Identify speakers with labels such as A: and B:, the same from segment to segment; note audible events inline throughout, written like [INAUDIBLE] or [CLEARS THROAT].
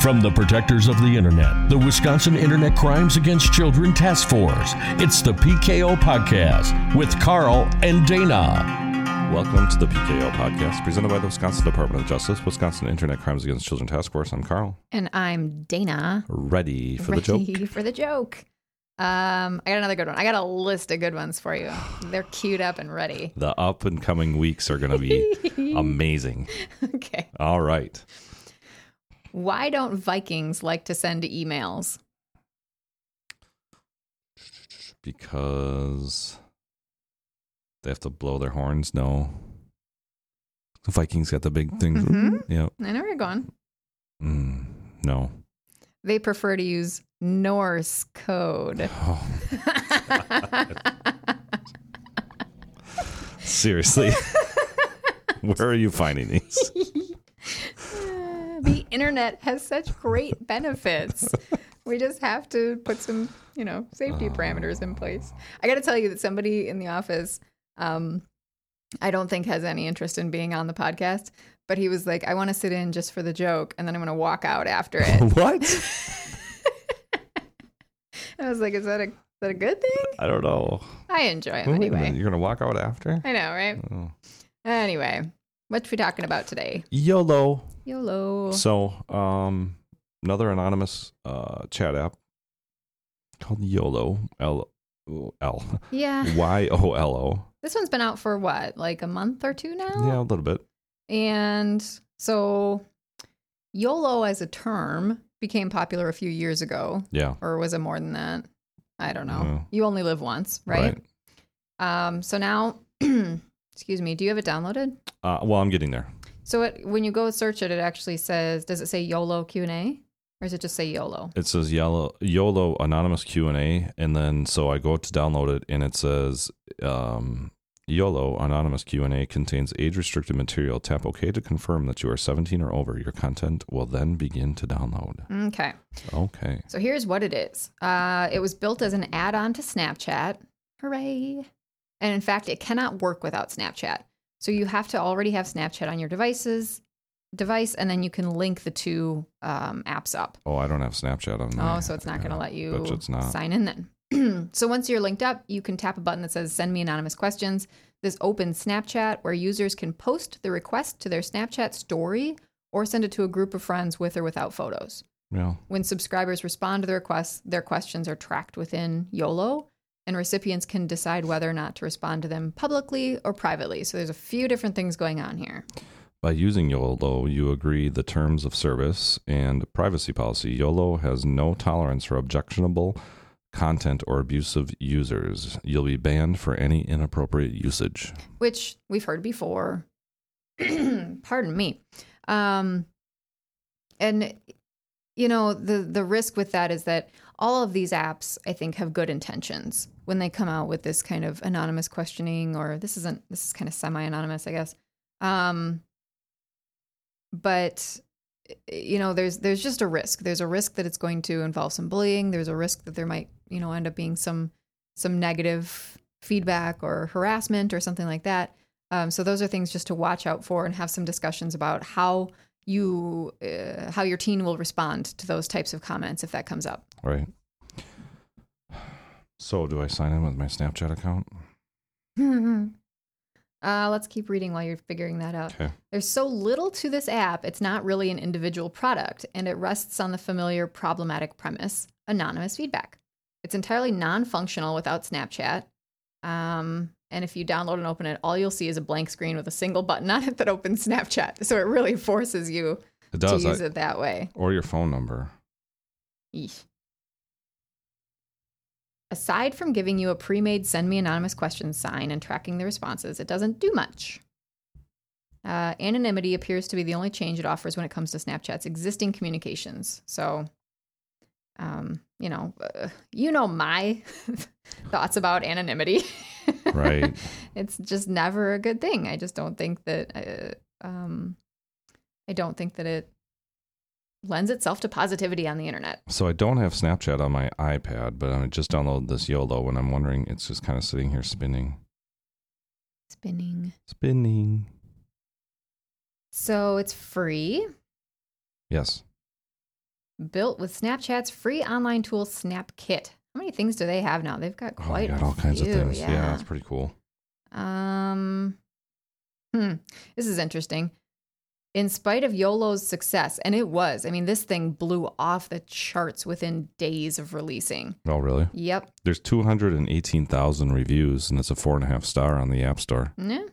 A: From the protectors of the internet, the Wisconsin Internet Crimes Against Children Task Force, it's the PKO Podcast with Carl and Dana.
B: Welcome to the PKO podcast, presented by the Wisconsin Department of Justice, Wisconsin Internet Crimes Against Children Task Force. I'm Carl.
C: And I'm Dana.
B: Ready for the
C: Ready
B: joke?
C: for the joke. Um, I got another good one. I got a list of good ones
B: [SIGHS]
C: for you. They're queued up and
B: [LAUGHS]
C: ready.
B: The up and coming weeks are going to
C: [LAUGHS]
B: be Um, amazing.
C: okay.
B: All right.
C: Why don't Vikings like to send emails?
B: Because they have to blow their horns. No. The Vikings got the big things.
C: Mhm.
B: Yep.
C: I know where you're going.
B: Mm, no.
C: They prefer to use Norse
B: [LAUGHS]
C: code. [LAUGHS]
B: Oh,
C: [LAUGHS]
B: seriously. Where are you finding these?
C: the internet has such great benefits. We just have to put some, you know, safety parameters in place. I got to tell you that somebody in the office, um, I don't think has any interest in being on the podcast, but he was like, I want to sit in just for the joke and then I'm going to walk out after
A: [LAUGHS]
C: it.
B: what?
C: I was like, is that a, is that a good thing?
B: I don't know.
C: I enjoy him
B: Wait a minute,
C: anyway.
B: You're going to walk out after?
C: I know, right?
B: Oh.
C: Anyway, what we talking about today?
B: YOLO.
C: YOLO.
B: So, um, another anonymous uh, chat app called YOLO. L
C: [LAUGHS]
B: L
C: Yeah.
B: Y O L O.
C: This one's been out for what, like a month or two now?
B: Yeah, a little bit.
C: And so YOLO as a term became popular a few years ago,
B: Yeah.
C: or was it more than that? I don't know.
B: Yeah.
C: You only live once, right? Um, so now, [CLEARS THROAT] excuse me, do you have it downloaded?
B: Uh, well, I'm getting there.
C: So it, when you go search it, it actually says, does it say YOLO Q&A? Or does it just say YOLO?
B: It says YOLO, YOLO anonymous Q and A, and then so I go to download it, and it says um, YOLO anonymous Q and A contains age restricted material. Tap OK to confirm that you are 17 or over. Your content will then begin to download.
C: Okay.
B: Okay.
C: So here's what it is. Uh, it was built as an add-on to Snapchat. Hooray! And in fact, it cannot work without Snapchat. So you have to already have Snapchat on your devices, device, and then you can link the two um, apps up.
B: Oh, I don't have Snapchat on. my-
C: oh, so it's not going
B: yeah,
C: to let you
B: bet you it's not.
C: sign in then. [CLEARS THROAT] so once you're linked up, you can tap a button that says "Send me anonymous questions." This opens Snapchat, where users can post the request to their Snapchat story or send it to a group of friends with or without photos.
B: Yeah.
C: When subscribers respond to the requests, their questions are tracked within YOLO, and recipients can decide whether or not to respond to them publicly or privately. So there's a few different things going on here.
B: By using YOLO, you agree the terms of service and privacy policy. YOLO has no tolerance for objectionable content or abusive users. You'll be banned for any inappropriate usage.
C: which we've heard before. [CLEARS THROAT] Pardon me. Um, and you know the the risk with that is that all of these apps, I think, have good intentions when they come out with this kind of anonymous questioning, or this isn't this is kind of semi anonymous, I guess. Um, but you know, there's there's just a risk. There's a risk that it's going to involve some bullying. There's a risk that there might you know end up being some some negative feedback or harassment or something like that. Um, so those are things just to watch out for and have some discussions about how you uh, how your teen will respond to those types of comments if that comes up. [LAUGHS]
B: Right. So, do I sign in with my Snapchat account?
C: uh, let's keep reading while you're figuring that out.
B: Okay.
C: There's so little to this app, it's not really an individual product, and it rests on the familiar problematic premise anonymous feedback. It's entirely non functional without Snapchat. Um, and if you download and open it, all you'll see is a blank screen with a single button on it that opens Snapchat. So it really forces you
B: It
C: to
B: does. I-
C: use it that way.
B: Or your phone number.
C: Eesh. Aside from giving you a pre made send me anonymous questions sign and tracking the responses, it doesn't do much. Uh, anonymity appears to be the only change it offers when it comes to Snapchat's existing communications. So, um, you know, uh, you know my [LAUGHS] thoughts about anonymity. [LAUGHS]
B: Right.
C: it's just never a good thing. I just don't think that uh, um, I don't think that it lends itself to positivity on the internet.
B: so, I don't have Snapchat on my iPad, but I just downloaded this YOLO, and I'm wondering, it's just kind of sitting here spinning.
C: Spinning.
B: Spinning.
C: So it's free.
B: Yes.
C: built with Snapchat's free online tool SnapKit. How many things do they have now? They've got
B: Oh, they
C: quite
B: got
C: a
B: all kinds
C: few,
B: of things. Yeah.
C: yeah.
B: that's pretty cool.
C: Um, hmm, this is interesting. In spite of YOLO's success, and it was, I mean, this thing blew off the charts within days of releasing.
B: Oh, really?
C: Yep.
B: There's 218,000 reviews, and it's a four and a half star on the App Store.
C: Yeah.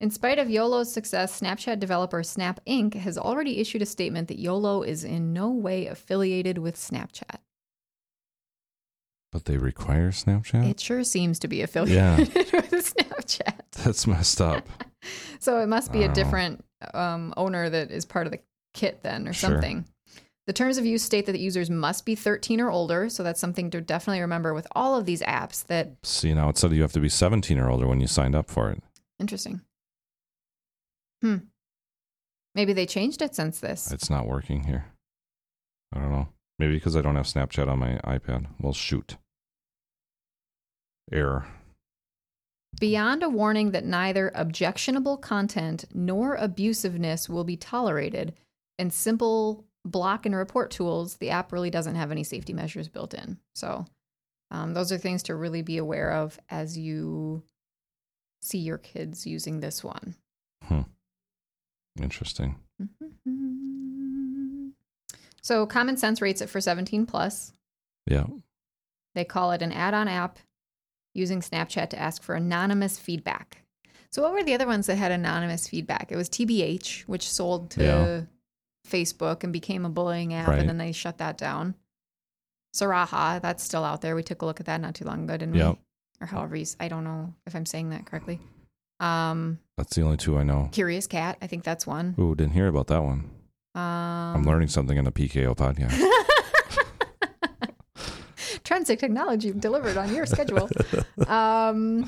C: In spite of YOLO's success, Snapchat developer Snap Inc. has already issued a statement that YOLO is in no way affiliated with Snapchat.
B: But they require Snapchat?
C: It sure seems to be affiliated [LAUGHS] with Snapchat.
B: [LAUGHS] that's messed up.
C: So it must be a
B: Oh.
C: different um, owner that is part of the kit then or
B: Sure.
C: something. The terms of use state that the users must be 13 or older. So that's something to definitely remember with all of these apps that
B: See, now it said you have to be 17 or older when you signed up for it.
C: interesting. Hmm. Maybe they changed it since this.
B: It's not working here. I don't know. Maybe because I don't have Snapchat on my iPad. Well, shoot. Error.
C: Beyond a warning that neither objectionable content nor abusiveness will be tolerated and simple block and report tools, the app really doesn't have any safety measures built in. So, um, those are things to really be aware of as you see your kids using this one. [LAUGHS]
B: Interesting.
C: So, Common Sense rates it for 17 plus.
B: Yeah.
C: They call it an add on app using Snapchat to ask for anonymous feedback. So, what were the other ones that had anonymous feedback? It was TBH, which sold to
B: Yeah.
C: Facebook and became a bullying app,
B: Right.
C: and then they shut that down. Saraha, that's still out there. We took a look at that not too long ago, didn't
B: Yep.
C: we? Or however you, s- I don't know if I'm saying that correctly. Um,
B: That's the only two I know.
C: Curious Cat, I think that's one.
B: Ooh, didn't hear about that one.
C: Um,
B: I'm learning something in a PKO podcast.
C: [LAUGHS] Transit technology delivered on
B: [LAUGHS]
C: your schedule. um,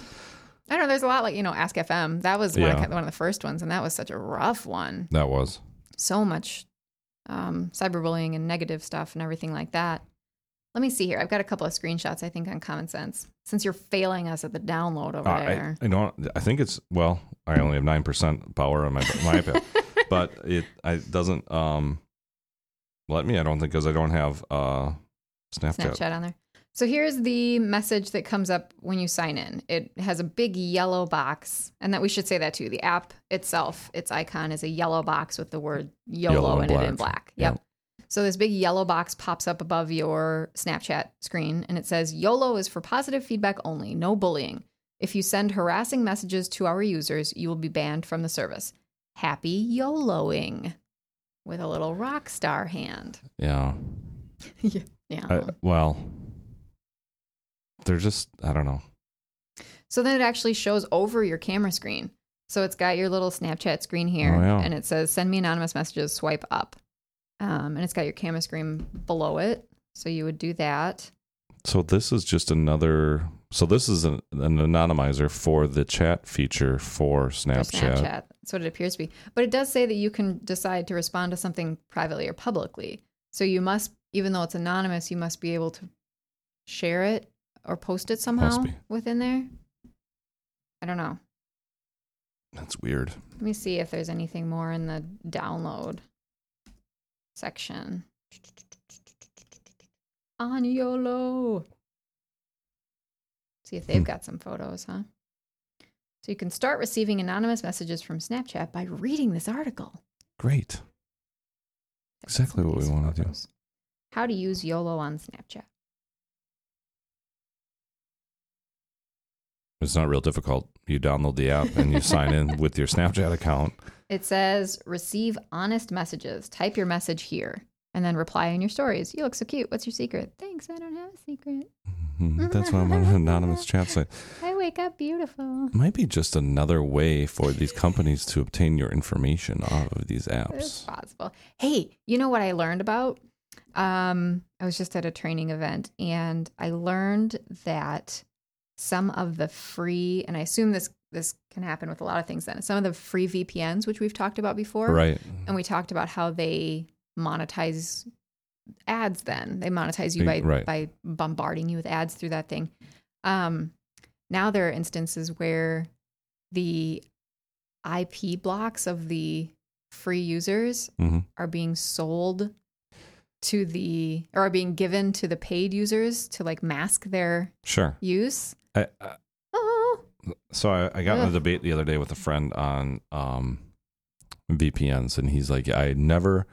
C: I don't know. There's a lot like you know, Ask FM. That was one,
B: Yeah.
C: of, one of the first ones, and that was such a rough one.
B: That was.
C: So much um, cyberbullying and negative stuff and everything like that. Let me see here. I've got a couple of screenshots. I think on Common Sense. Since you're failing us at the download over
B: Uh, I,
C: there,
B: I don't. I think it's well. I only have nine percent power on my my
C: [LAUGHS]
B: iPad, but it I it doesn't um let me. I don't think because I don't have uh Snapchat.
C: Snapchat on there. So here's the message that comes up when you sign in. It has a big yellow box, and that we should say that too. The app itself, its icon is a yellow box with the word YOLO,
B: Yellow
C: in
B: and
C: it in
B: black.
C: black. Yep. So this big yellow box pops up above your Snapchat screen, and it says YOLO is for positive feedback only, no bullying. If you send harassing messages to our users, you will be banned from the service. Happy YOLOing with a little rock star hand.
B: Yeah.
C: yeah. Yeah.
B: I, well, they're just. I don't know.
C: So then it actually shows over your camera screen. So it's got your little Snapchat screen here,
B: Oh, yeah.
C: and it says "Send me anonymous messages." Swipe up, um, and it's got your camera screen below it. So you would do that.
B: So this is just another. So this is an, an anonymizer for the chat feature for
C: for
B: Snapchat.
C: Snapchat. That's what it appears to be. But it does say that you can decide to respond to something privately or publicly. So you must, even though it's anonymous, you must be able to share it or post it somehow
B: be.
C: within there. I don't know.
B: That's weird.
C: Let me see if there's anything more in the download section. On YOLO. See if they've
B: Hmm.
C: got some photos, huh? So you can start receiving anonymous messages from Snapchat by reading this article.
B: Great.
C: I've got some
B: Exactly
C: of
B: what we
C: these
B: wanna do.
C: photos. How to use YOLO on Snapchat.
B: It's not real difficult. You download the app and you sign in with your Snapchat account.
C: It says receive honest messages. Type your message here and then reply in your stories. You look so cute. What's your secret? Thanks, I don't have a secret. Mm-hmm.
B: Mhm. That's why I'm on [LAUGHS] an anonymous chat site.
C: I wake up beautiful.
B: Might be just another way for these companies to obtain your information off of these
C: It's
B: apps.
C: possible. Hey, you know what I learned about? Um, I was just at a training event and I learned that some of the free, and I assume this this can happen with a lot of things then, some of the free VPNs, which we've talked about before.
B: Right.
C: And we talked about how they monetize ads then. They monetize you by
B: They- right.
C: by bombarding you with ads through that thing. Um now there are instances where the IP blocks of the free users
B: Mhm.
C: are being sold to the or are being given to the paid users to like mask their
B: Sure.
C: use.
B: I, I,
C: Oh,
B: so I, I got in a
C: Ugh.
B: debate the other day with a friend on um, VPNs, and he's like, I never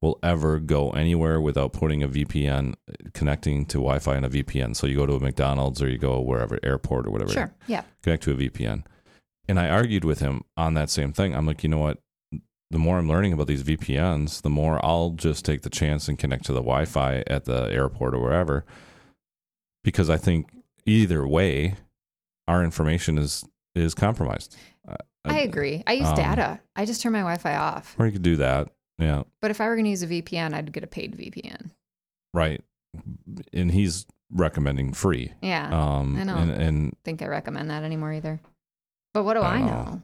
B: will ever go anywhere without putting a VPN connecting to Wi Fi and a VPN. So you go to a McDonald's or you go wherever, airport or whatever.
C: sure, yeah,
B: connect to a VPN. And I argued with him on that same thing. I'm like, you know what? The more I'm learning about these VPNs, the more I'll just take the chance and connect to the Wi Fi at the airport or wherever. Because I think either way, our information is is compromised.
C: I agree. I use
B: um,
C: data. I just turn my Wi-Fi off.
B: Or you could do that. Yeah.
C: But if I were going to use a VPN, I'd get a paid VPN.
B: Right. And he's recommending free.
C: Yeah, I
B: Um
C: I know.
B: and, and
C: think I recommend that anymore either. But what do
B: I
C: I
B: don't
C: know?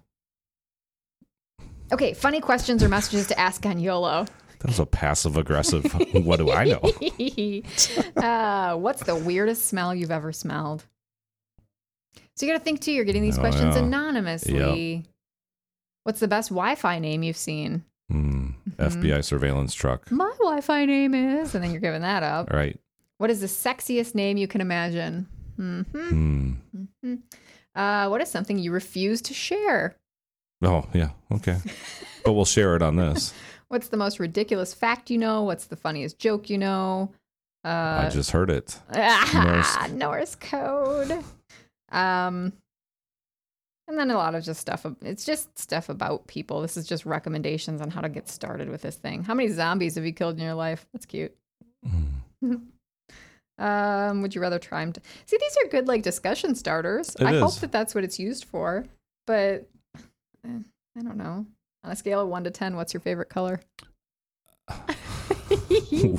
C: Okay, funny questions or messages to ask on YOLO.
B: that was a passive aggressive [LAUGHS] what do I
C: [LAUGHS]
B: know?
C: uh, what's the weirdest smell you've ever smelled? So you got to think too. You're getting these
B: Oh,
C: questions
B: yeah.
C: anonymously. What's the best Wi-Fi name you've seen?
B: Hmm.
C: Mm-hmm.
B: FBI surveillance truck.
C: My Wi-Fi name is, and then you're giving
B: [LAUGHS]
C: that up.
B: All right.
C: What is the sexiest name you can imagine? hmm
B: Hmm.
C: Uh, what is something you refuse to share?
B: Oh, yeah.
C: [LAUGHS]
B: Okay. but we'll share it on this.
C: What's the most ridiculous fact you know? What's the funniest joke you know?
B: I
C: Uh,
B: just heard it. [LAUGHS]
C: ah, Norse. code. Um, and then a lot of just stuff. It's just stuff about people. This is just recommendations on how to get started with this thing. How many zombies have you killed in your life? That's cute.
B: Mm.
C: [LAUGHS] Um, would you rather try 'em to see? These are good like discussion starters.
B: It
C: I hope
B: is.
C: that that's what it's used for. But eh, I don't know. On a scale of one to ten, what's your
B: [LAUGHS]
C: favorite color? [LAUGHS]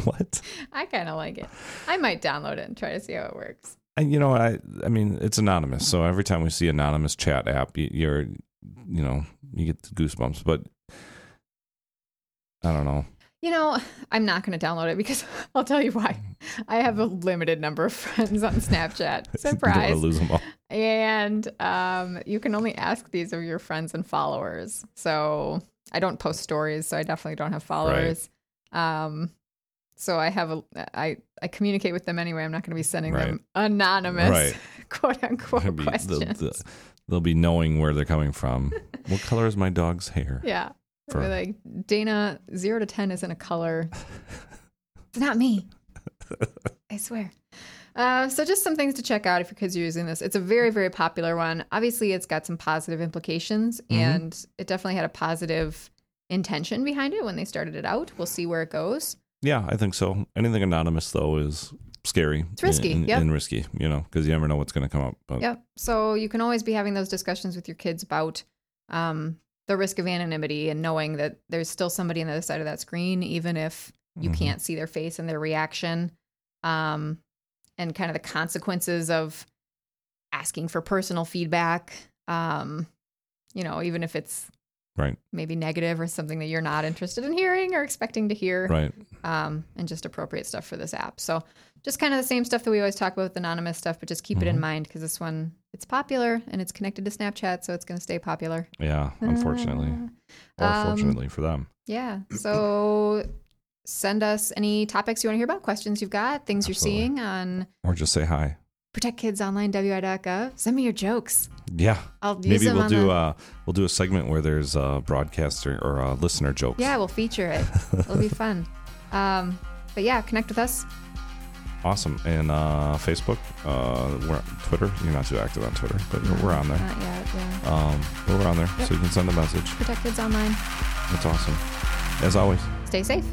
B: what?
C: I kind of like it. I might download it and try to see how it works.
B: And you know, I I mean, it's anonymous. So every time we see anonymous chat app, y- you're you know, you get the goosebumps, but I don't know. [LAUGHS]
C: You know, I'm not going to download it because [LAUGHS] I'll tell you why.
B: Mm-hmm.
C: I have a limited number of [LAUGHS] friends
B: [LAUGHS]
C: on Snapchat.
B: I
C: Surprise.
B: lose them all.
C: And um, you can only ask these of your friends and followers. So I don't post stories, so I definitely don't have followers. Um, so I have a I I communicate with them anyway. I'm not going to be sending them anonymous
B: Right.
C: [LAUGHS] quote
B: They'll
C: unquote
B: be-
C: questions.
B: they'll- they'll- they'll be knowing where they're coming from.
C: [LAUGHS]
B: what color is my dog's hair?
C: Yeah. They'll be
B: For-
C: like, Dana, zero to 10 isn't a color. [LAUGHS] it's not [LAUGHS] me. I swear. Uh, so, just some things to check out if your kids are using this. It's a very, very popular one. Obviously, it's got some positive implications, and it definitely had a positive intention behind it when they started it out. We'll see where it goes.
B: Yeah, I think so. Anything anonymous though is scary. It's
C: risky,
B: and,
C: yep.
B: and risky, you know, because you never know what's going to come up. But
C: Yep. So, you can always be having those discussions with your kids about um, the risk of anonymity and knowing that there's still somebody on the other side of that screen, even if you
B: mhm.
C: can't see their face and their reaction um, and kind of the consequences of asking for personal feedback um, you know even if it's
B: Right.
C: maybe negative or something that you're not interested in hearing or expecting to hear
B: Right.
C: um, and just appropriate stuff for this app so just kind of the same stuff that we always talk about with anonymous stuff but just keep it in
B: Mhm.
C: mind because this one it's popular and it's connected to snapchat so it's going to stay popular
B: Yeah, unfortunately.
C: Ah.
B: Or
C: Um,
B: fortunately for them. [CLEARS THROAT]
C: Yeah. So send us any topics you want to hear about, questions you've got, things
B: Absolutely.
C: you're seeing on
B: Or just say hi.
C: protectkidsonlinewi.gov. Send me your jokes.
B: Yeah.
C: I'll use
B: Maybe
C: them
B: we'll
C: on
B: do
C: the,
B: uh we'll do a segment where there's uh broadcaster or uh listener jokes.
C: Yeah, we'll feature it. It'll
B: [LAUGHS]
C: be fun. Um, but yeah, connect with us.
B: Awesome. And uh Facebook, uh we're Twitter. You're not too active on Twitter, but we're- we're on there.
C: Not yet. Yeah.
B: Um but we're on there. So you can send a message.
C: Protect Kids Online.
B: That's awesome. As always.
C: Stay safe.